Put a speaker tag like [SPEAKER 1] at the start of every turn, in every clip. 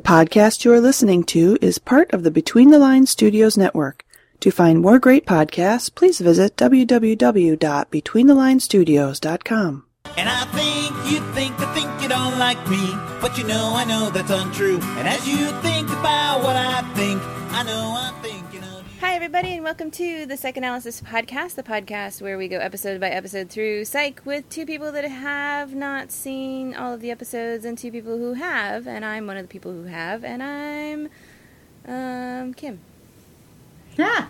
[SPEAKER 1] podcast you are listening to is part of the Between the Lines Studios network. To find more great podcasts, please visit www.betweenthelines.studios.com.
[SPEAKER 2] And I think you think I think you don't like me, but you know I know that's untrue. And as you think about what I think, I know I'm thinking of you.
[SPEAKER 3] Hi, everybody, and welcome to the Psychanalysis Podcast, the podcast where we go episode by episode through psych with two people that have not seen all of the episodes and two people who have. And I'm one of the people who have, and I'm um, Kim.
[SPEAKER 4] Yeah.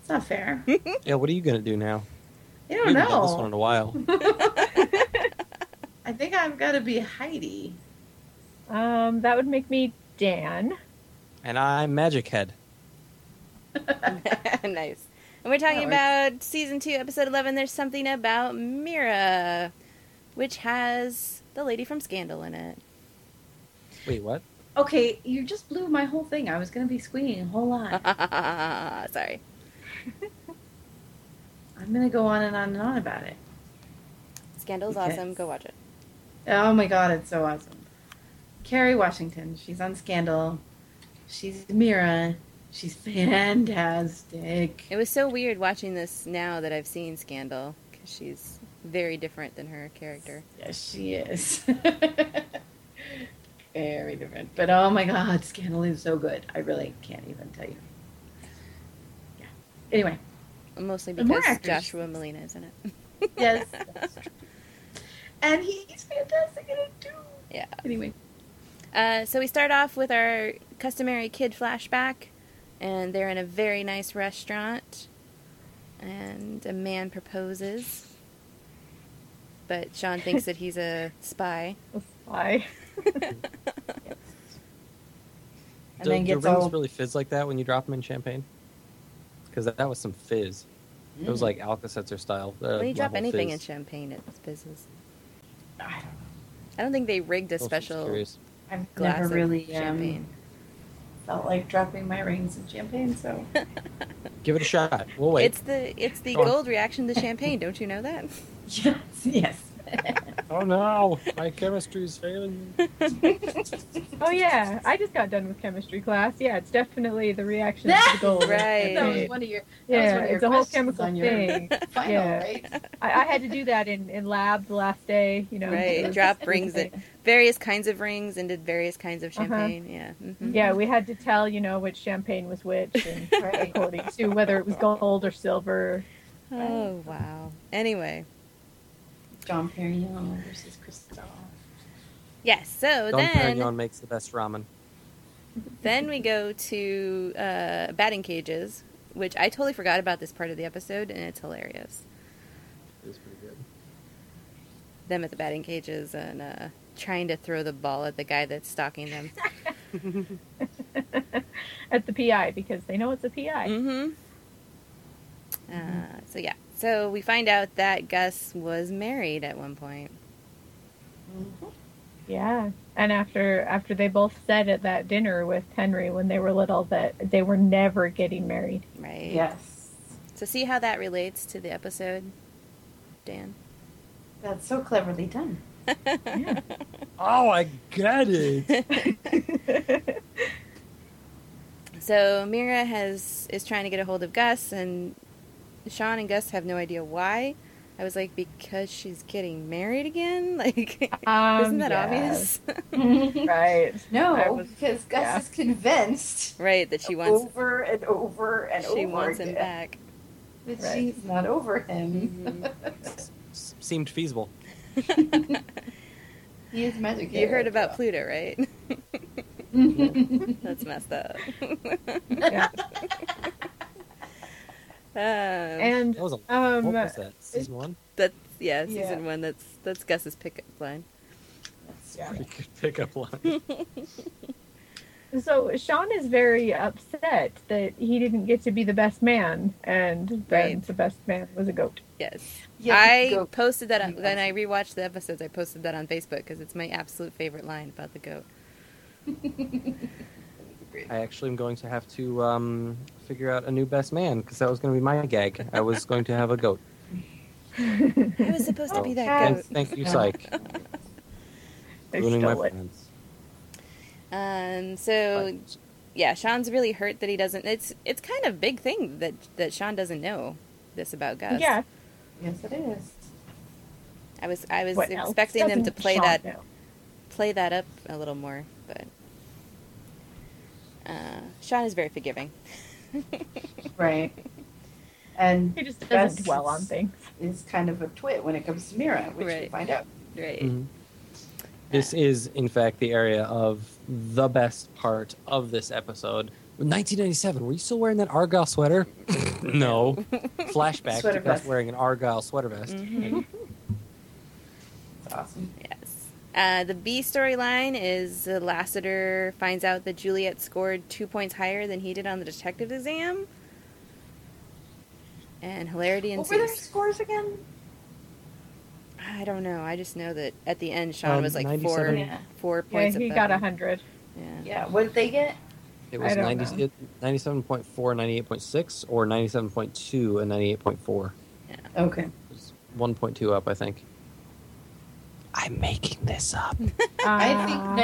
[SPEAKER 4] It's not fair. You
[SPEAKER 5] Yeah, what are you gonna do now?
[SPEAKER 4] don't
[SPEAKER 5] We haven't done this one in a
[SPEAKER 4] know.
[SPEAKER 5] while.
[SPEAKER 4] I think I've got to be Heidi.
[SPEAKER 6] Um, that would make me Dan.
[SPEAKER 5] And I'm Magic Head.
[SPEAKER 3] nice. And we're talking
[SPEAKER 4] That
[SPEAKER 3] about season two, episode 11. There's something about Mira, which has the lady from Scandal in it.
[SPEAKER 5] Wait, what?
[SPEAKER 4] Okay, you just blew my whole thing. I was going to be squeaking a whole
[SPEAKER 3] Uh.
[SPEAKER 4] lot.
[SPEAKER 3] Sorry.
[SPEAKER 4] I'm going to go on and on and on about it.
[SPEAKER 3] Scandal's
[SPEAKER 4] Okay.
[SPEAKER 3] awesome. Go watch it.
[SPEAKER 4] Oh my god, it's so awesome. Carrie Washington, she's on Scandal. She's Mira. She's fantastic.
[SPEAKER 3] It was so weird watching this now that I've seen Scandal because she's very different than her character.
[SPEAKER 4] Yes, she is. Very different. But oh my god, Scandal is so good. I really can't even tell you. Yeah. Anyway,
[SPEAKER 3] Mostly
[SPEAKER 4] And more
[SPEAKER 3] because
[SPEAKER 4] actors.
[SPEAKER 3] Joshua Molina is in it.
[SPEAKER 4] yes. that's true. and he's fantastic in it too.
[SPEAKER 3] Yeah.
[SPEAKER 4] Anyway.
[SPEAKER 3] Uh, so we start off with our customary kid flashback, and they're in a very nice restaurant, and a man proposes. But Sean thinks that he's a spy.
[SPEAKER 6] That's why.
[SPEAKER 4] And
[SPEAKER 5] Do,
[SPEAKER 4] then
[SPEAKER 5] do
[SPEAKER 4] gets
[SPEAKER 5] rings
[SPEAKER 4] all
[SPEAKER 5] really fizz like that when you drop them in champagne? Because that, that was some fizz. It was like Alka-Seltzer style.
[SPEAKER 3] Mm.
[SPEAKER 5] Uh,
[SPEAKER 3] when you drop
[SPEAKER 5] level
[SPEAKER 3] anything in
[SPEAKER 5] fizz.
[SPEAKER 3] champagne, it's business.
[SPEAKER 4] I don't know.
[SPEAKER 3] I don't think they rigged a
[SPEAKER 5] I was just
[SPEAKER 3] special
[SPEAKER 5] Oh, curious.
[SPEAKER 4] I've
[SPEAKER 3] glass
[SPEAKER 4] never
[SPEAKER 3] of
[SPEAKER 4] really
[SPEAKER 3] champagne.
[SPEAKER 4] um, felt like dropping my rings in champagne, so
[SPEAKER 5] Give it a shot. We'll wait.
[SPEAKER 3] It's the it's the
[SPEAKER 5] Go on.
[SPEAKER 3] gold reaction to champagne. Don't you know that?
[SPEAKER 4] yes, yes.
[SPEAKER 5] Oh no, my chemistry's failing.
[SPEAKER 6] Oh yeah, I just got done with chemistry class. Yeah, it's definitely the reaction to
[SPEAKER 4] That-
[SPEAKER 6] the gold.
[SPEAKER 3] Right.
[SPEAKER 4] that was one of your that was
[SPEAKER 6] Yeah,
[SPEAKER 4] one of your
[SPEAKER 6] it's a whole
[SPEAKER 4] questions
[SPEAKER 6] chemical
[SPEAKER 4] on your
[SPEAKER 6] thing.
[SPEAKER 4] final,
[SPEAKER 6] Yeah.
[SPEAKER 4] right?
[SPEAKER 6] I, I had to do that in, in lab the last day. You know,
[SPEAKER 3] Right,
[SPEAKER 6] it was-
[SPEAKER 3] drop rings and- various kinds of rings and did various kinds of
[SPEAKER 6] Uh-huh.
[SPEAKER 3] champagne. Yeah. hmm
[SPEAKER 6] Yeah, we had to tell you know which champagne was which, and
[SPEAKER 4] Right.
[SPEAKER 6] according to whether it was gold or silver.
[SPEAKER 3] Oh wow. Anyway,
[SPEAKER 4] John Perignon versus Cristal.
[SPEAKER 3] yes. So
[SPEAKER 5] Don Perignon
[SPEAKER 3] then,
[SPEAKER 5] makes the best ramen.
[SPEAKER 3] then we go to uh, batting cages, which I totally forgot about this part of the episode, and it's hilarious.
[SPEAKER 5] It was pretty good.
[SPEAKER 3] Them at the batting cages and uh, trying to throw the ball at the guy that's stalking them.
[SPEAKER 6] At the PI because they know it's a PI.
[SPEAKER 3] Mm-hmm. Uh, so yeah. So we find out that Gus was married at one point.
[SPEAKER 6] Yeah. And after after they both said at that dinner with Henry when they were little that they were never getting married.
[SPEAKER 3] Right.
[SPEAKER 4] Yes.
[SPEAKER 3] So see how that relates to the episode, Dan.
[SPEAKER 4] That's so cleverly done.
[SPEAKER 6] Yeah.
[SPEAKER 5] Oh, I get it.
[SPEAKER 3] So Mira has is trying to get a hold of Gus, and Sean and Gus have no idea why. I was like, because she's getting married again. Like,
[SPEAKER 6] Um,
[SPEAKER 3] isn't that
[SPEAKER 6] yes.
[SPEAKER 3] obvious?
[SPEAKER 6] Right. I
[SPEAKER 4] no,
[SPEAKER 6] was-
[SPEAKER 4] because Gus
[SPEAKER 6] yeah.
[SPEAKER 4] is convinced
[SPEAKER 3] right, that she wants
[SPEAKER 4] over and over and over
[SPEAKER 3] she wants him
[SPEAKER 4] again
[SPEAKER 3] back. Mm-hmm.
[SPEAKER 4] that
[SPEAKER 6] Right.
[SPEAKER 4] she's not over him.
[SPEAKER 5] S- Seemed feasible.
[SPEAKER 4] He is magic. Mm-hmm.
[SPEAKER 3] You heard about Pluto, right? That's messed up.
[SPEAKER 6] Yeah.
[SPEAKER 3] um,
[SPEAKER 6] And
[SPEAKER 5] That was a.
[SPEAKER 6] um
[SPEAKER 5] what was that? Season one.
[SPEAKER 3] that's yeah, season
[SPEAKER 4] Yeah.
[SPEAKER 3] one. That's that's Gus's pickup line.
[SPEAKER 4] Yeah.
[SPEAKER 5] Pretty good pickup line.
[SPEAKER 6] so Sean is very upset that he didn't get to be the best man and then
[SPEAKER 3] Right.
[SPEAKER 6] the best man was a goat.
[SPEAKER 3] Yes.
[SPEAKER 4] Yeah,
[SPEAKER 3] I
[SPEAKER 4] go.
[SPEAKER 3] posted that on,
[SPEAKER 4] You
[SPEAKER 3] when I rewatched the episodes. I posted that on Facebook because it's my absolute favorite line about the goat.
[SPEAKER 5] I actually am going to have to um, figure out a new best man because that was going to be my gag. I was going to have a goat.
[SPEAKER 3] I was supposed to be that
[SPEAKER 6] Oh,
[SPEAKER 5] Thank,
[SPEAKER 3] goat.
[SPEAKER 5] thank you, Psych.
[SPEAKER 6] They
[SPEAKER 5] ruining my
[SPEAKER 6] stole it.
[SPEAKER 5] plans.
[SPEAKER 3] Um, so
[SPEAKER 5] But-
[SPEAKER 3] yeah, Sean's really hurt that he doesn't. It's it's kind of a big thing that that Sean doesn't know this about Gus.
[SPEAKER 6] Yeah.
[SPEAKER 4] Yes, it is.
[SPEAKER 3] I was I was
[SPEAKER 6] what else
[SPEAKER 3] expecting them to
[SPEAKER 6] doesn't
[SPEAKER 3] play
[SPEAKER 6] Sean
[SPEAKER 3] that
[SPEAKER 6] know?
[SPEAKER 3] play that up a little more, but uh, Sean is very forgiving.
[SPEAKER 4] Right. And
[SPEAKER 6] He just doesn't
[SPEAKER 4] That's-
[SPEAKER 6] dwell on things.
[SPEAKER 4] is kind of a twit when it comes to Mira, which we
[SPEAKER 3] Right.
[SPEAKER 4] find out.
[SPEAKER 3] right.
[SPEAKER 5] Mhm. This is, in fact, the area of the best part of this episode. 1997. Were you still wearing that Argyle sweater? no. Flashback
[SPEAKER 4] Sweater
[SPEAKER 5] to Gus
[SPEAKER 4] vest.
[SPEAKER 5] wearing an Argyle sweater vest.
[SPEAKER 3] Mhm.
[SPEAKER 4] It's awesome.
[SPEAKER 3] Yes. Uh, the B storyline is uh, Lassiter finds out that Juliet scored two points higher than he did on the detective exam. And hilarity
[SPEAKER 4] What were their
[SPEAKER 3] ensues.
[SPEAKER 4] scores again?
[SPEAKER 3] I don't know. I just know that at the end, Sean
[SPEAKER 5] Um,
[SPEAKER 3] was like four,
[SPEAKER 5] 97.
[SPEAKER 4] Yeah.
[SPEAKER 3] four
[SPEAKER 6] Yeah,
[SPEAKER 3] points.
[SPEAKER 6] he
[SPEAKER 3] above
[SPEAKER 6] got a
[SPEAKER 3] him.
[SPEAKER 6] hundred.
[SPEAKER 3] Yeah.
[SPEAKER 4] Yeah. What did they get?
[SPEAKER 5] It was
[SPEAKER 6] I don't
[SPEAKER 5] 90,
[SPEAKER 6] know.
[SPEAKER 5] it, 97.4, 98.6, or 97.2 and 98.4.
[SPEAKER 4] Okay.
[SPEAKER 5] It was 1.2 up, I think. I'm making this up.
[SPEAKER 4] I think
[SPEAKER 6] Ah,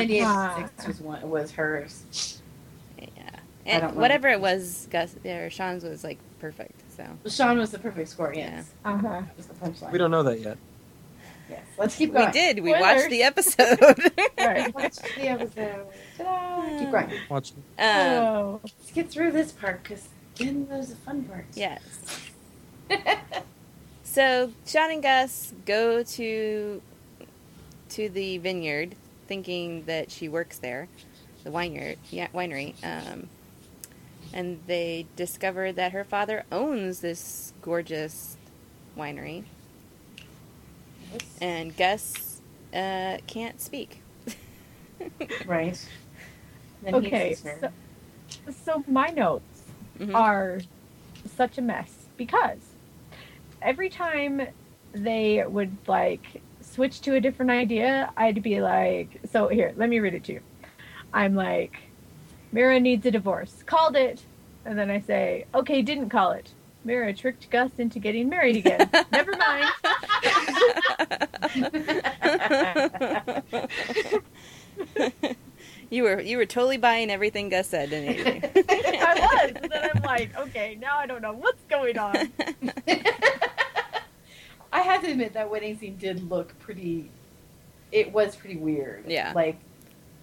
[SPEAKER 4] 98.6 was one was hers.
[SPEAKER 3] Yeah.
[SPEAKER 4] I don't
[SPEAKER 3] And
[SPEAKER 4] know.
[SPEAKER 3] whatever it was, Gus or Sean's was like perfect. So
[SPEAKER 4] Sean was the perfect score. Yes.
[SPEAKER 6] Uh-huh.
[SPEAKER 4] That was the punchline.
[SPEAKER 5] We don't know that yet.
[SPEAKER 4] Yes. Let's keep going.
[SPEAKER 3] we did. We
[SPEAKER 6] Spoilers.
[SPEAKER 3] watched the episode.
[SPEAKER 6] Right.
[SPEAKER 4] Watch the episode. Ta-da! Keep going.
[SPEAKER 5] Watch.
[SPEAKER 3] um,
[SPEAKER 6] oh.
[SPEAKER 4] Let's get through this part because then there's the fun part.
[SPEAKER 3] yes. So Sean and Gus go to to the vineyard, thinking that she works there, the vineyard, yeah, winery. Um, and they discover that her father owns this gorgeous winery, and Gus uh, can't speak.
[SPEAKER 4] Right. Then he
[SPEAKER 6] Okay.
[SPEAKER 4] sees her.
[SPEAKER 6] So, so my notes
[SPEAKER 3] Mhm.
[SPEAKER 6] are such a mess because every time they would like switch to a different idea, I'd be like, so here, let me read it to you. I'm like, Mira needs a divorce. Called it. And then I say, okay, didn't call it. Mira tricked Gus into getting married again. Never mind.
[SPEAKER 3] you were you were totally buying everything Gus said, didn't you?
[SPEAKER 6] I was. And then I'm like, okay, now I don't know what's going on.
[SPEAKER 4] I have to admit that wedding scene did look pretty. It was pretty weird.
[SPEAKER 3] Yeah.
[SPEAKER 4] Like,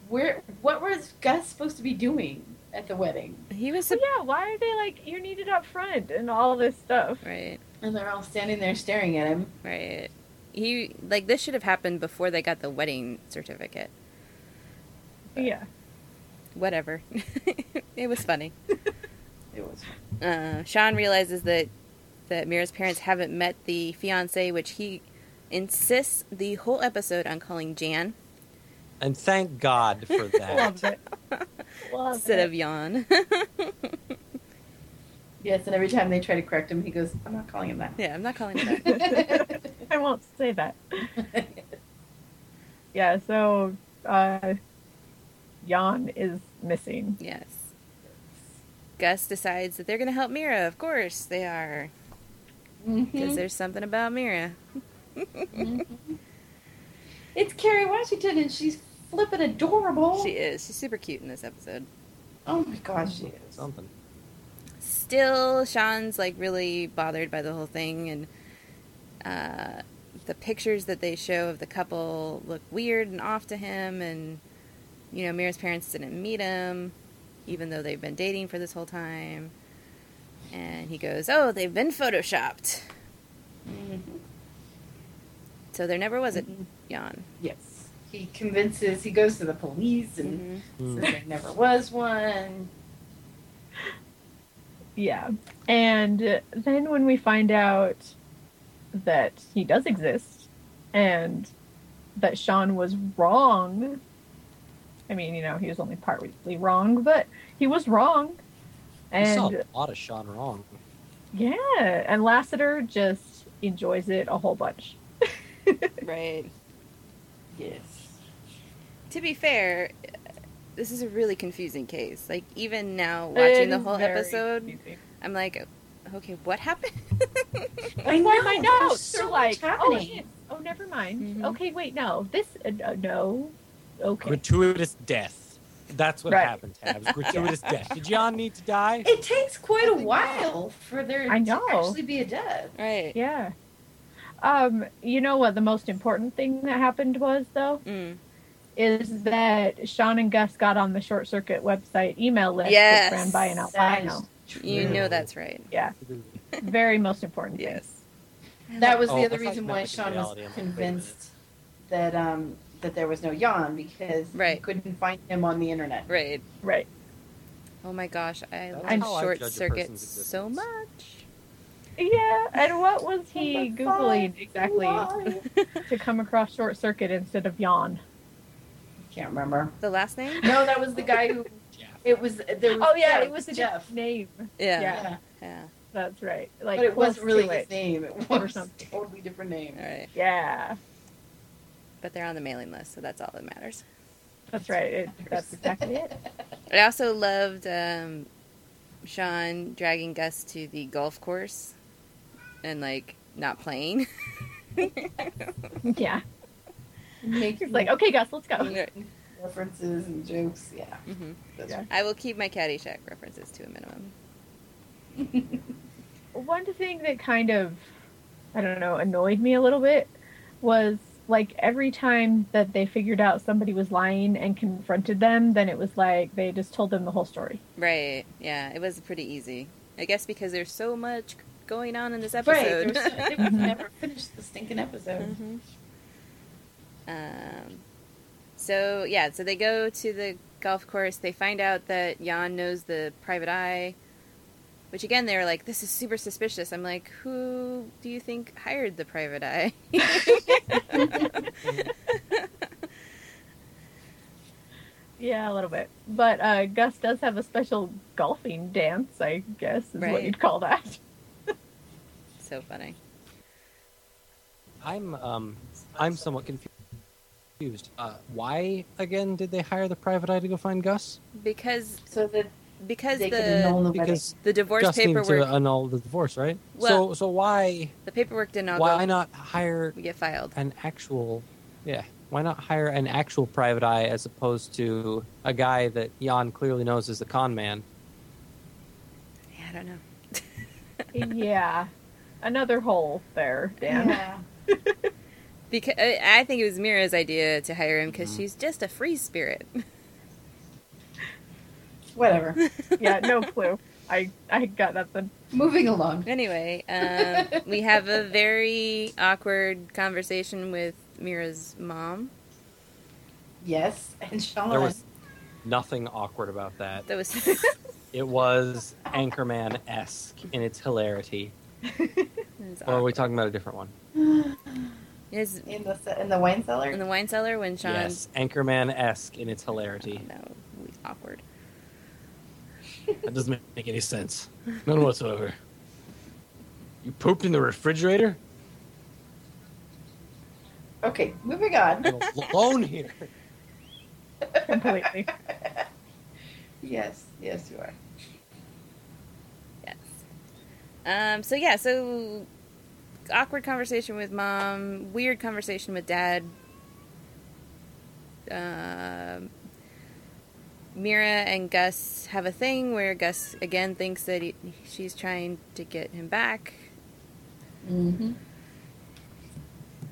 [SPEAKER 4] where? What was Gus supposed to be doing at the wedding?
[SPEAKER 3] he was
[SPEAKER 6] So
[SPEAKER 3] a,
[SPEAKER 6] yeah, why are they like you're needed up front and all this stuff?
[SPEAKER 3] right,
[SPEAKER 4] And they're all standing there staring at him.
[SPEAKER 3] right. He like this should have happened before they got the wedding certificate.
[SPEAKER 6] Yeah.
[SPEAKER 3] Whatever. it was funny.
[SPEAKER 4] It was.
[SPEAKER 3] Uh, Sean realizes that that Mira's parents haven't met the fiance, which he insists the whole episode on calling Jan
[SPEAKER 5] And thank God for that.
[SPEAKER 6] Loved it. Loved
[SPEAKER 3] instead
[SPEAKER 6] it.
[SPEAKER 3] of Jan.
[SPEAKER 4] Yes, and every time they try to correct him, he goes, "I'm not calling him that."
[SPEAKER 3] yeah, I'm not calling it that.
[SPEAKER 6] I won't say that. Yeah, so uh Jan is missing.
[SPEAKER 3] Yes. Gus decides that they're going to help Mira. Of course they are. Because
[SPEAKER 4] Mhm.
[SPEAKER 3] there's something about Mira.
[SPEAKER 4] It's Carrie Washington, and she's flipping adorable.
[SPEAKER 3] She is. She's super cute in this episode.
[SPEAKER 4] oh my gosh, she is.
[SPEAKER 5] Something.
[SPEAKER 3] Still, Sean's like really bothered by the whole thing. And uh, the pictures that they show of the couple look weird and off to him. And, you know, Mira's parents didn't meet him, even though they've been dating for this whole time. And he goes, Oh, they've been photoshopped. Mm-hmm.
[SPEAKER 4] Mhm.
[SPEAKER 3] So there never was a yawn.
[SPEAKER 4] Yes. He convinces. He goes to the police and
[SPEAKER 3] Mm-hmm.
[SPEAKER 6] Hmm.
[SPEAKER 5] Mm.
[SPEAKER 4] says there never was one.
[SPEAKER 6] Yeah. And then when we find out that he does exist and that Sean was wrong, I mean, you know, he was only partly wrong, but he was wrong.
[SPEAKER 5] we saw
[SPEAKER 6] And
[SPEAKER 5] a lot of Sean wrong.
[SPEAKER 6] yeah, and Lassiter just enjoys it a whole bunch.
[SPEAKER 3] Right.
[SPEAKER 4] Yes.
[SPEAKER 3] To be fair, this is a really confusing case. Like even now
[SPEAKER 6] It
[SPEAKER 3] watching the
[SPEAKER 6] is
[SPEAKER 3] whole
[SPEAKER 6] very
[SPEAKER 3] episode,
[SPEAKER 6] confusing.
[SPEAKER 3] I'm like, okay, what happened?
[SPEAKER 4] I
[SPEAKER 6] Why
[SPEAKER 4] know,
[SPEAKER 6] my
[SPEAKER 4] there's
[SPEAKER 6] notes
[SPEAKER 4] so
[SPEAKER 6] are
[SPEAKER 4] much
[SPEAKER 6] like, oh,
[SPEAKER 4] happening. Mm-hmm.
[SPEAKER 6] shit. oh, never mind.
[SPEAKER 3] Mhm.
[SPEAKER 6] Okay, wait, no, this, uh, uh, no, okay,
[SPEAKER 5] Gratuitous death. That's what
[SPEAKER 6] Right.
[SPEAKER 5] happened, Tabs. Gratuitous death. Did Jan need to die?
[SPEAKER 4] It takes quite a while for there
[SPEAKER 6] I
[SPEAKER 4] to
[SPEAKER 6] know.
[SPEAKER 4] actually be a death.
[SPEAKER 3] Right.
[SPEAKER 6] Yeah. Um, you know what the most important thing that happened was though
[SPEAKER 3] Mm.
[SPEAKER 6] is that Sean and Gus got on the short circuit website email list
[SPEAKER 3] Yes.
[SPEAKER 6] which ran by an
[SPEAKER 4] That is
[SPEAKER 6] albino.
[SPEAKER 3] You
[SPEAKER 5] True.
[SPEAKER 3] know that's right.
[SPEAKER 6] Yeah, very most important. thing.
[SPEAKER 3] Yes.
[SPEAKER 4] That was
[SPEAKER 5] Oh,
[SPEAKER 4] the other
[SPEAKER 5] that's like
[SPEAKER 4] reason why
[SPEAKER 5] magic
[SPEAKER 4] Sean was
[SPEAKER 5] reality. I'm like, wait a
[SPEAKER 4] convinced that um that there was no yawn because he
[SPEAKER 3] Right.
[SPEAKER 4] couldn't find him on the internet.
[SPEAKER 3] Right.
[SPEAKER 6] Right.
[SPEAKER 3] Oh my gosh, I
[SPEAKER 5] That's
[SPEAKER 3] love
[SPEAKER 5] how I
[SPEAKER 3] short
[SPEAKER 5] judge a
[SPEAKER 3] circuit
[SPEAKER 5] person's
[SPEAKER 3] so
[SPEAKER 5] existence.
[SPEAKER 3] much.
[SPEAKER 6] Yeah, and what was he
[SPEAKER 4] Number
[SPEAKER 6] googling
[SPEAKER 4] five,
[SPEAKER 6] exactly
[SPEAKER 4] why?
[SPEAKER 6] to come across short circuit instead of yawn?
[SPEAKER 4] Can't remember.
[SPEAKER 3] The last name?
[SPEAKER 4] No, that was the guy who.
[SPEAKER 5] Yeah.
[SPEAKER 4] It was there. Was,
[SPEAKER 6] Oh yeah,
[SPEAKER 4] yeah,
[SPEAKER 6] it was a
[SPEAKER 4] Jeff.
[SPEAKER 6] different name.
[SPEAKER 3] Yeah.
[SPEAKER 6] Yeah.
[SPEAKER 3] Yeah.
[SPEAKER 4] Yeah,
[SPEAKER 6] That's right. Like
[SPEAKER 4] but it
[SPEAKER 6] close
[SPEAKER 4] wasn't really
[SPEAKER 6] to
[SPEAKER 4] his
[SPEAKER 6] it.
[SPEAKER 4] name. It
[SPEAKER 6] Or
[SPEAKER 4] was a
[SPEAKER 6] something.
[SPEAKER 4] totally different name.
[SPEAKER 3] All right.
[SPEAKER 6] Yeah,
[SPEAKER 3] But they're on the mailing list, so that's all that matters.
[SPEAKER 6] that's right. It, that's exactly it.
[SPEAKER 3] I also loved um, Sean dragging Gus to the golf course and like not playing.
[SPEAKER 4] Mm-hmm.
[SPEAKER 6] Yeah.
[SPEAKER 4] Making
[SPEAKER 6] He's like, okay, Gus, let's go.
[SPEAKER 3] hmm
[SPEAKER 4] references and jokes. Yeah, that's
[SPEAKER 6] Yeah.
[SPEAKER 3] I will keep my Caddyshack references to a minimum.
[SPEAKER 6] One thing that kind of, I don't know, annoyed me a little bit was like every time that they figured out somebody was lying and confronted them, then it was like they just told them the whole story.
[SPEAKER 3] Right. Yeah. It was pretty easy. I guess because there's so much going on in this
[SPEAKER 4] Right, there
[SPEAKER 3] episode.
[SPEAKER 4] was, it was never finished. The stinking episode.
[SPEAKER 3] Mhm. Um, so yeah, so they go to the golf course. They find out that Jan knows the private eye, which again they were like, "This is super suspicious." I'm like, "Who do you think hired the private eye?"
[SPEAKER 6] Yeah, a little bit. But uh, Gus does have a special golfing dance, I guess is what
[SPEAKER 3] Right.
[SPEAKER 6] you'd call that.
[SPEAKER 3] so funny.
[SPEAKER 5] I'm um I'm somewhat confused. Uh, why again did they hire the private eye to go find Gus?
[SPEAKER 3] Because
[SPEAKER 4] So that
[SPEAKER 3] because
[SPEAKER 4] they could
[SPEAKER 3] the
[SPEAKER 4] annul the wedding.
[SPEAKER 5] Because
[SPEAKER 3] the divorce
[SPEAKER 5] Gus needed
[SPEAKER 3] paperwork
[SPEAKER 5] to uh, annul the divorce, right? so
[SPEAKER 3] Well-
[SPEAKER 5] so why
[SPEAKER 3] the paperwork did not
[SPEAKER 5] why
[SPEAKER 3] go
[SPEAKER 5] not hire
[SPEAKER 3] get filed.
[SPEAKER 5] an actual yeah why not hire an actual private eye as opposed to a guy that Jan clearly knows is the con man?
[SPEAKER 3] Yeah, I don't know.
[SPEAKER 6] yeah. Another hole there, Dan.
[SPEAKER 4] yeah.
[SPEAKER 3] Because I think it was Mira's idea to hire him because she's just a free spirit.
[SPEAKER 4] Whatever.
[SPEAKER 6] yeah, no clue. I I got nothing.
[SPEAKER 4] Moving along.
[SPEAKER 3] Anyway, um, we have a very awkward conversation with Mira's mom.
[SPEAKER 4] Yes, and Sean.
[SPEAKER 5] There was nothing awkward about that.
[SPEAKER 3] That was
[SPEAKER 5] It was Anchorman esque in its hilarity. Or are we talking about a different one?
[SPEAKER 3] his
[SPEAKER 4] in the ce- in the wine cellar.
[SPEAKER 3] in the wine cellar when Sean.
[SPEAKER 5] Yes, Anchorman esque in its hilarity.
[SPEAKER 3] No, it was awkward.
[SPEAKER 5] That doesn't ma- make any sense. None whatsoever. You pooped in the refrigerator?
[SPEAKER 4] okay, moving on.
[SPEAKER 5] You're alone here.
[SPEAKER 6] Completely.
[SPEAKER 4] yes, yes, you are.
[SPEAKER 3] Yes. Um. So yeah. So awkward conversation with mom. Weird conversation with dad. Um. Mira and Gus have a thing where Gus again thinks that he, she's trying to get him back.
[SPEAKER 4] Mm-hmm.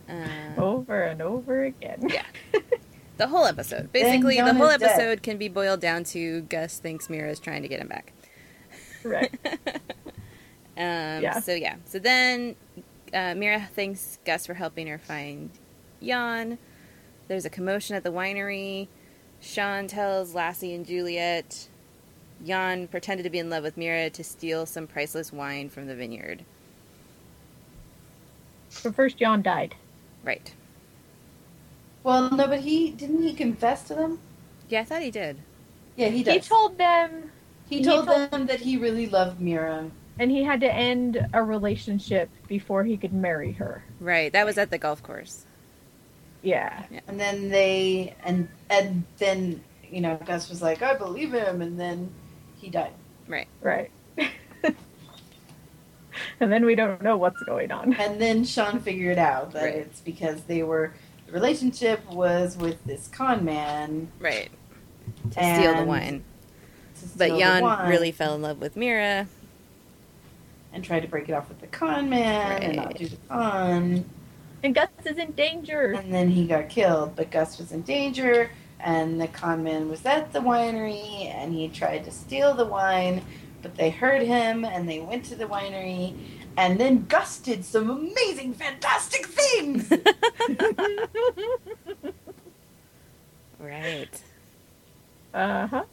[SPEAKER 3] Um,
[SPEAKER 6] over and over again.
[SPEAKER 3] Yeah. The whole episode. Basically,
[SPEAKER 4] John
[SPEAKER 3] the whole
[SPEAKER 4] is dead.
[SPEAKER 3] episode can be boiled down to Gus thinks Mira is trying to get him back.
[SPEAKER 6] Right.
[SPEAKER 3] Um,
[SPEAKER 6] Yeah.
[SPEAKER 3] So, yeah. So then uh, Mira thanks Gus for helping her find Jan. There's a commotion at the winery. Sean tells Lassie and Juliet Jan pretended to be in love with Mira to steal some priceless wine from the vineyard.
[SPEAKER 6] But first John died.
[SPEAKER 3] Right.
[SPEAKER 4] Well, no, but he didn't he confess to them.
[SPEAKER 3] Yeah, I thought he did.
[SPEAKER 4] Yeah, he
[SPEAKER 6] He,
[SPEAKER 4] does.
[SPEAKER 6] told them
[SPEAKER 4] He
[SPEAKER 6] he
[SPEAKER 4] told
[SPEAKER 6] told-
[SPEAKER 4] them that he really loved Mira.
[SPEAKER 6] and he had to end a relationship before he could marry her.
[SPEAKER 3] Right. That was at the golf course.
[SPEAKER 6] Yeah.
[SPEAKER 4] And then they and and then you know Gus was like, I believe him, and then he died.
[SPEAKER 6] Right. and then we don't know what's going on.
[SPEAKER 4] And then Sean figured out that
[SPEAKER 3] Right.
[SPEAKER 4] it's because they were the relationship was with this con man
[SPEAKER 3] Right. to steal the
[SPEAKER 4] And
[SPEAKER 3] wine.
[SPEAKER 4] to steal
[SPEAKER 3] But
[SPEAKER 4] the
[SPEAKER 3] Jan
[SPEAKER 4] wine
[SPEAKER 3] really fell in love with Mira.
[SPEAKER 4] and tried to break it off with the con man and not
[SPEAKER 3] Right.
[SPEAKER 4] do the con.
[SPEAKER 6] And Gus is in danger.
[SPEAKER 4] And then he got killed, but Gus was in danger, and the con man was at the winery, and he tried to steal the wine, but they heard him, and they went to the winery, and then Gus did some amazing, fantastic things.
[SPEAKER 6] Uh-huh.
[SPEAKER 3] Right.
[SPEAKER 6] Uh huh.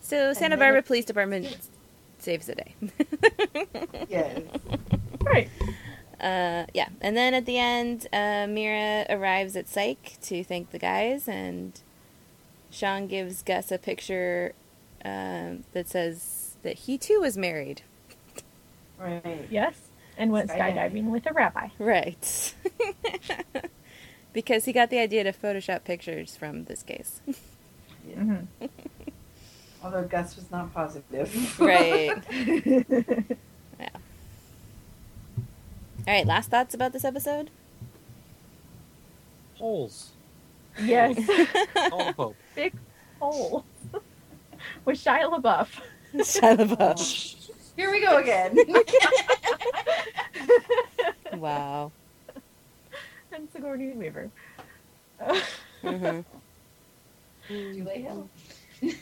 [SPEAKER 3] So Santa
[SPEAKER 4] then
[SPEAKER 3] Barbara
[SPEAKER 4] it-
[SPEAKER 3] Police Department saves the day.
[SPEAKER 4] yes,
[SPEAKER 6] Right.
[SPEAKER 3] uh, yeah, and then at the end, uh, Mira arrives at Psych to thank the guys, and Sean gives Gus a picture um, that says that he too was married.
[SPEAKER 4] right.
[SPEAKER 6] Yes. And went
[SPEAKER 4] Skydiving.
[SPEAKER 6] skydiving with a rabbi.
[SPEAKER 3] Right. because he got the idea to Photoshop pictures from this case.
[SPEAKER 6] Mhm.
[SPEAKER 4] Although Gus was not positive.
[SPEAKER 3] Right. yeah. All right, last thoughts about this episode?
[SPEAKER 5] Holes.
[SPEAKER 6] Yes.
[SPEAKER 5] All
[SPEAKER 3] Oh.
[SPEAKER 5] the Pope.
[SPEAKER 6] Big hole. with Shia LaBeouf.
[SPEAKER 3] Shia LaBeouf.
[SPEAKER 4] Here we go again.
[SPEAKER 3] Wow.
[SPEAKER 6] and Sigourney Weaver.
[SPEAKER 3] Mhm.
[SPEAKER 4] Julie Hill.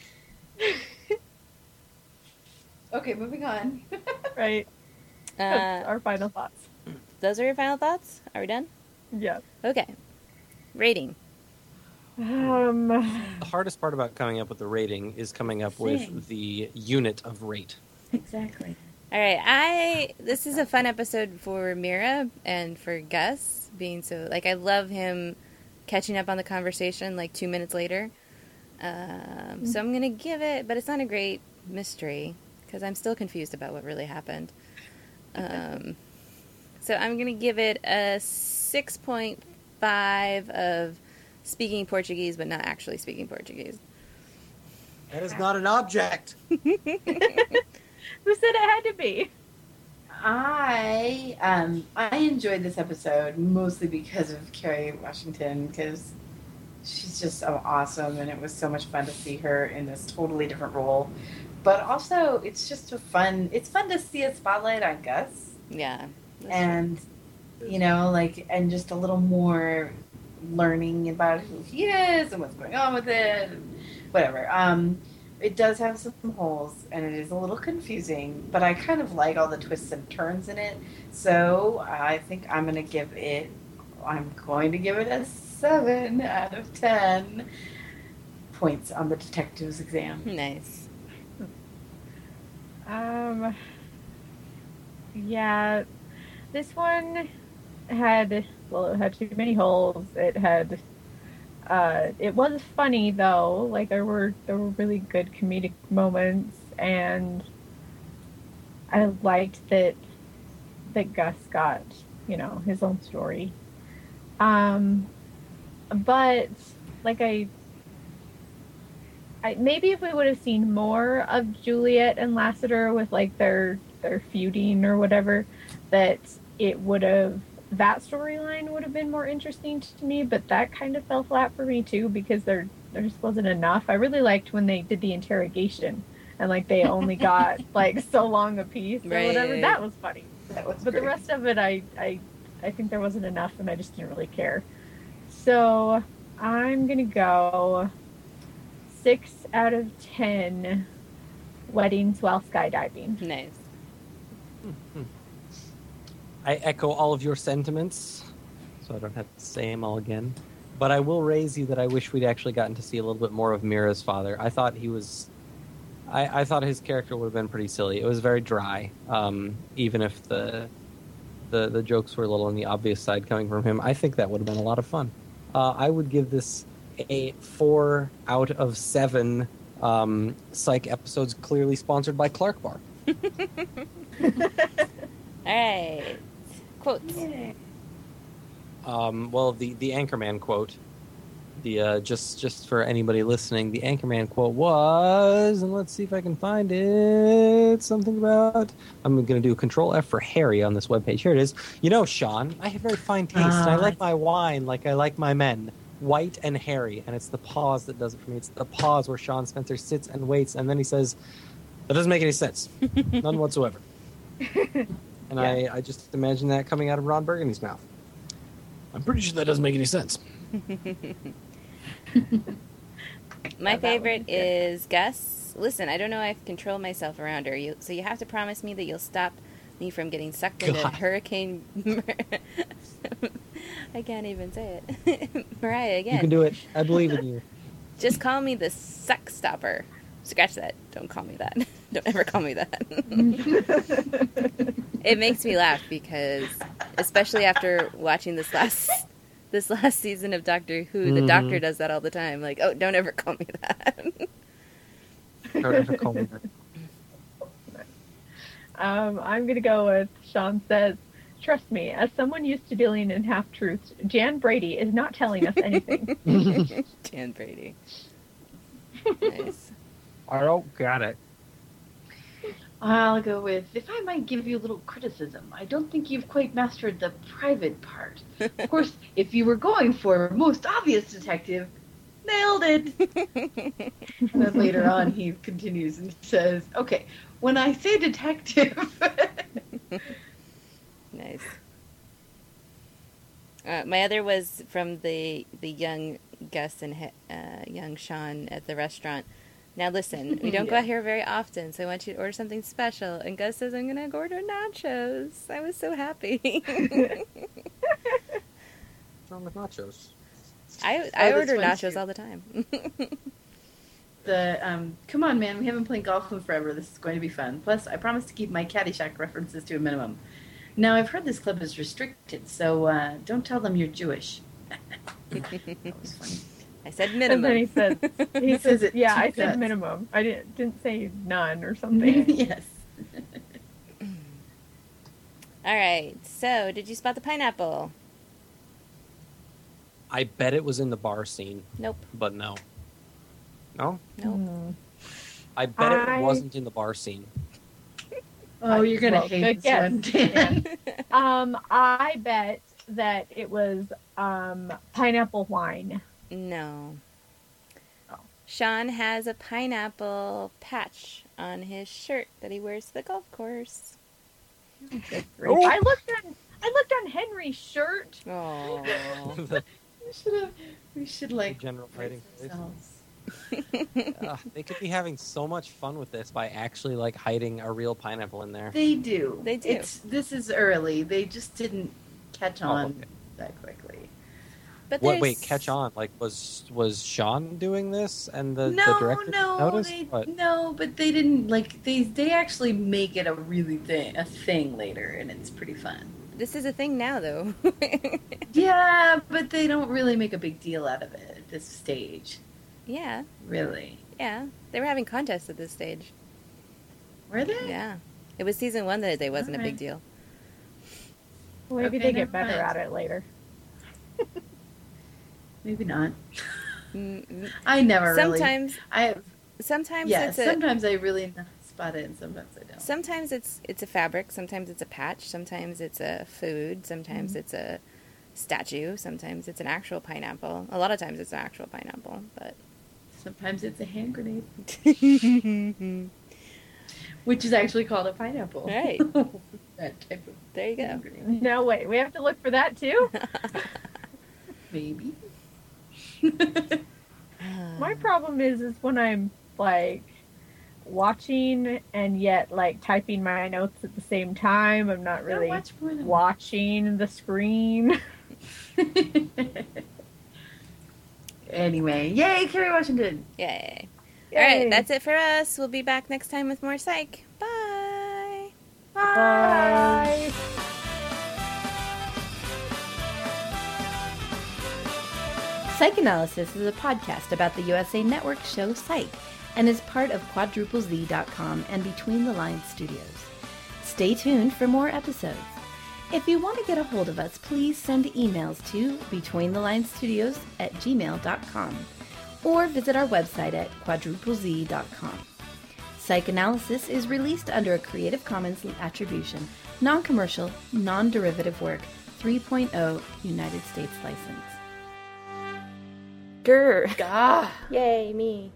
[SPEAKER 4] okay, moving on.
[SPEAKER 6] right. That's
[SPEAKER 3] Uh,
[SPEAKER 6] our final thoughts.
[SPEAKER 3] those are your final thoughts? Are we done?
[SPEAKER 6] Yeah.
[SPEAKER 3] Okay. Rating.
[SPEAKER 6] Um,
[SPEAKER 5] The hardest part about coming up with the rating is coming up with the unit of rate.
[SPEAKER 4] Exactly.
[SPEAKER 3] All right. I this is a fun episode for Mira and for Gus being so like I love him catching up on the conversation like 2 minutes later. Um, so I'm going to give it, but it's not a great mystery because I'm still confused about what really happened. Um, so I'm going to give it a 6.5 of speaking Portuguese but not actually speaking Portuguese.
[SPEAKER 5] That is not an object.
[SPEAKER 6] who said it had to be?
[SPEAKER 4] I um I enjoyed this episode mostly because of Carrie Washington because she's just so awesome and it was so much fun to see her in this totally different role. But also it's just a fun it's fun to see a spotlight on Gus
[SPEAKER 3] Yeah.
[SPEAKER 4] and you know like and just a little more learning about who he is and what's going on with it and whatever um it does have some holes and it is a little confusing but i kind of like all the twists and turns in it so i think i'm going to give it i'm going to give it a 7 out of 10 points on the detective's exam
[SPEAKER 3] Nice.
[SPEAKER 6] Um, yeah, this one had well, it had too many holes. It had, uh, it was funny though. Like there were there were really good comedic moments, and I liked that that Gus got you know his own story. Um, but like I I, maybe if we would have seen more of Juliet and Lassiter with like their their feuding or whatever, that it would have that storyline would have been more interesting to me. But that kind of fell flat for me too because there there just wasn't enough. I really liked when they did the interrogation and like they only got like so long a piece or whatever.
[SPEAKER 3] Right.
[SPEAKER 6] That was funny
[SPEAKER 4] that was
[SPEAKER 6] but the
[SPEAKER 4] great.
[SPEAKER 6] rest of it I, I i think there wasn't enough and i just didn't really care so i'm gonna go six out of ten weddings while skydiving
[SPEAKER 3] Nice.
[SPEAKER 5] I echo all of your sentiments, so I don't have to say them all again. But I will raise you that I wish we'd actually gotten to see a little bit more of Mira's father. I thought he was. I, I thought his character would have been pretty silly. It was very dry, um, even if the, the the jokes were a little on the obvious side coming from him. I think that would have been a lot of fun. Uh, I would give this a four out of seven um, psych episodes, clearly sponsored by Clark Bar.
[SPEAKER 3] All right. Quotes.
[SPEAKER 5] um, well the the anchorman quote the uh, just just for anybody listening the anchorman quote was and let's see if i can find it something about i'm going to do control f for harry on this webpage here it is you know sean i have very fine taste and i
[SPEAKER 4] Ah.
[SPEAKER 5] like my wine like i like my men white and hairy, and it's the paws that does it for me. It's the paws where Sean Spencer sits and waits, and then he says, "That doesn't make any sense, none whatsoever." And I, I just imagine that coming out of Ron Burgundy's mouth. I'm pretty sure that doesn't make any sense.
[SPEAKER 3] My
[SPEAKER 6] Yeah, that
[SPEAKER 3] favorite
[SPEAKER 6] would be good.
[SPEAKER 3] is Gus. Listen, I don't know. I've controlled myself around her. You, so you have to promise me that you'll stop me from getting sucked into
[SPEAKER 5] God.
[SPEAKER 3] hurricane. I can't even say it, Mariah. Again,
[SPEAKER 5] You can do it. I believe in you.
[SPEAKER 3] just call me the suck stopper. Scratch that. Don't call me that. Don't ever call me that.
[SPEAKER 6] Um,
[SPEAKER 3] it makes me laugh because, especially after watching this last this last season of Doctor Who, the
[SPEAKER 5] Mhm.
[SPEAKER 3] Doctor does that all the time. Like, oh, don't ever call me that.
[SPEAKER 5] Don't ever call me that.
[SPEAKER 6] Um, I'm going to go with Sean says, Trust me, as someone used to dealing in half truths, Jan Brady is not telling us anything.
[SPEAKER 3] Jan Brady. Nice.
[SPEAKER 5] I don't got it.
[SPEAKER 4] I'll go with if I might give you a little criticism. I don't think you've quite mastered the private part. Of course, if you were going for most obvious detective, nailed it. And then later on, he continues and says, "Okay, when I say detective,
[SPEAKER 3] Nice. Uh, my other was from the the young Gus and he, uh, young Sean at the restaurant. Now listen, we don't go out here very often, so I want you to order something special. And Gus says, "I'm gonna order nachos." I was so happy.
[SPEAKER 5] What's wrong with nachos?
[SPEAKER 3] I I
[SPEAKER 4] Oh, this
[SPEAKER 3] order
[SPEAKER 4] one
[SPEAKER 3] nachos
[SPEAKER 4] too.
[SPEAKER 3] all the time.
[SPEAKER 4] the um, come on, man, we haven't played golf in forever. This is going to be fun. Plus, I promise to keep my Caddyshack references to a minimum. Now, I've heard this club is restricted, so uh, don't tell them you're Jewish." that was funny.
[SPEAKER 3] I said
[SPEAKER 6] and then he
[SPEAKER 3] minimum.
[SPEAKER 6] says, he
[SPEAKER 4] Says
[SPEAKER 6] says
[SPEAKER 4] it
[SPEAKER 6] Yeah,
[SPEAKER 4] two
[SPEAKER 6] I said
[SPEAKER 4] cuts.
[SPEAKER 6] minimum. I didn't, didn't say none or something.
[SPEAKER 4] yes.
[SPEAKER 3] All right. So, did you spot the pineapple?
[SPEAKER 5] I bet it was in the bar scene,
[SPEAKER 3] Nope.
[SPEAKER 5] but no. No?
[SPEAKER 3] Nope.
[SPEAKER 6] Hmm.
[SPEAKER 5] I bet
[SPEAKER 6] I-
[SPEAKER 5] it wasn't in the bar scene.
[SPEAKER 4] Oh, you're gonna
[SPEAKER 6] Well,
[SPEAKER 4] hate this
[SPEAKER 6] good guess.
[SPEAKER 4] one, Dan.
[SPEAKER 6] Um, I bet that it was um, pineapple wine.
[SPEAKER 3] No.
[SPEAKER 6] Oh.
[SPEAKER 3] Sean has a pineapple patch on his shirt that he wears to the golf course.
[SPEAKER 5] Oh.
[SPEAKER 6] I looked on I looked on Henry's shirt.
[SPEAKER 3] Oh.
[SPEAKER 5] the
[SPEAKER 4] We should have. We should like.
[SPEAKER 5] general writing.
[SPEAKER 4] brace ourselves.
[SPEAKER 5] Ugh, they could be having so much fun with this by actually like hiding a real pineapple in there.
[SPEAKER 4] They do.
[SPEAKER 3] They do.
[SPEAKER 4] It's, this is early. They just didn't catch
[SPEAKER 5] Oh,
[SPEAKER 4] on
[SPEAKER 5] okay.
[SPEAKER 4] that quickly.
[SPEAKER 3] But
[SPEAKER 5] What?
[SPEAKER 3] there's-
[SPEAKER 5] Wait, catch on. Like, was was Sean doing this, and the,
[SPEAKER 4] no,
[SPEAKER 5] the director
[SPEAKER 4] no,
[SPEAKER 5] noticed?
[SPEAKER 4] they,
[SPEAKER 5] What?
[SPEAKER 4] no, but they didn't like. They they actually make it a really thing a thing later, and it's pretty fun.
[SPEAKER 3] This is a thing now, though.
[SPEAKER 4] yeah, but they don't really make a big deal out of it at this stage,
[SPEAKER 3] yeah,
[SPEAKER 4] really.
[SPEAKER 3] yeah. They were having contests at this stage.
[SPEAKER 4] Were they?
[SPEAKER 3] Yeah. It was season one that it wasn't a big
[SPEAKER 4] Alright.
[SPEAKER 3] deal.
[SPEAKER 6] Maybe
[SPEAKER 4] Okay,
[SPEAKER 6] they get
[SPEAKER 4] never
[SPEAKER 6] better at
[SPEAKER 4] mind.
[SPEAKER 6] it later.
[SPEAKER 4] Maybe not.
[SPEAKER 3] Mm, mm.
[SPEAKER 4] I never really.
[SPEAKER 3] Sometimes,
[SPEAKER 4] I
[SPEAKER 3] sometimes
[SPEAKER 4] yeah.
[SPEAKER 3] it's a,
[SPEAKER 4] Sometimes I really spot it, and sometimes I don't.
[SPEAKER 3] sometimes it's it's a fabric, sometimes it's a patch, sometimes it's a food, sometimes
[SPEAKER 6] Mm-hmm.
[SPEAKER 3] it's a statue, sometimes it's an actual pineapple. A lot of times it's an actual pineapple, but
[SPEAKER 4] Sometimes it's a hand grenade, which is actually called a pineapple.
[SPEAKER 3] Right.
[SPEAKER 4] that type of
[SPEAKER 3] there you go.
[SPEAKER 4] hand grenade.
[SPEAKER 6] No, wait, we have to look for that too.
[SPEAKER 4] Maybe.
[SPEAKER 6] My problem is is when I'm like watching and yet like typing my notes at the same time. I'm not really
[SPEAKER 4] Don't watch more than
[SPEAKER 6] watching the screen.
[SPEAKER 4] anyway, yay, Kerry Washington.
[SPEAKER 3] Yay. All right,
[SPEAKER 6] Yay.
[SPEAKER 3] that's it for us. We'll be back next time with more psych. Bye.
[SPEAKER 4] Oh.
[SPEAKER 6] Bye.
[SPEAKER 7] Psychanalysis is a podcast about the USA Network show Psych and is part of quadruplez.com and Between the Lines Studios. Stay tuned for more episodes. If you want to get a hold of us, please send emails to betweenthelines.studios at gmail.com or visit our website at quadruplez.com. Psychanalysis is released under a Creative Commons Attribution, non commercial, oh non derivative work 3.0 United States license.
[SPEAKER 8] Grr.
[SPEAKER 9] Gah.
[SPEAKER 8] Yay, me.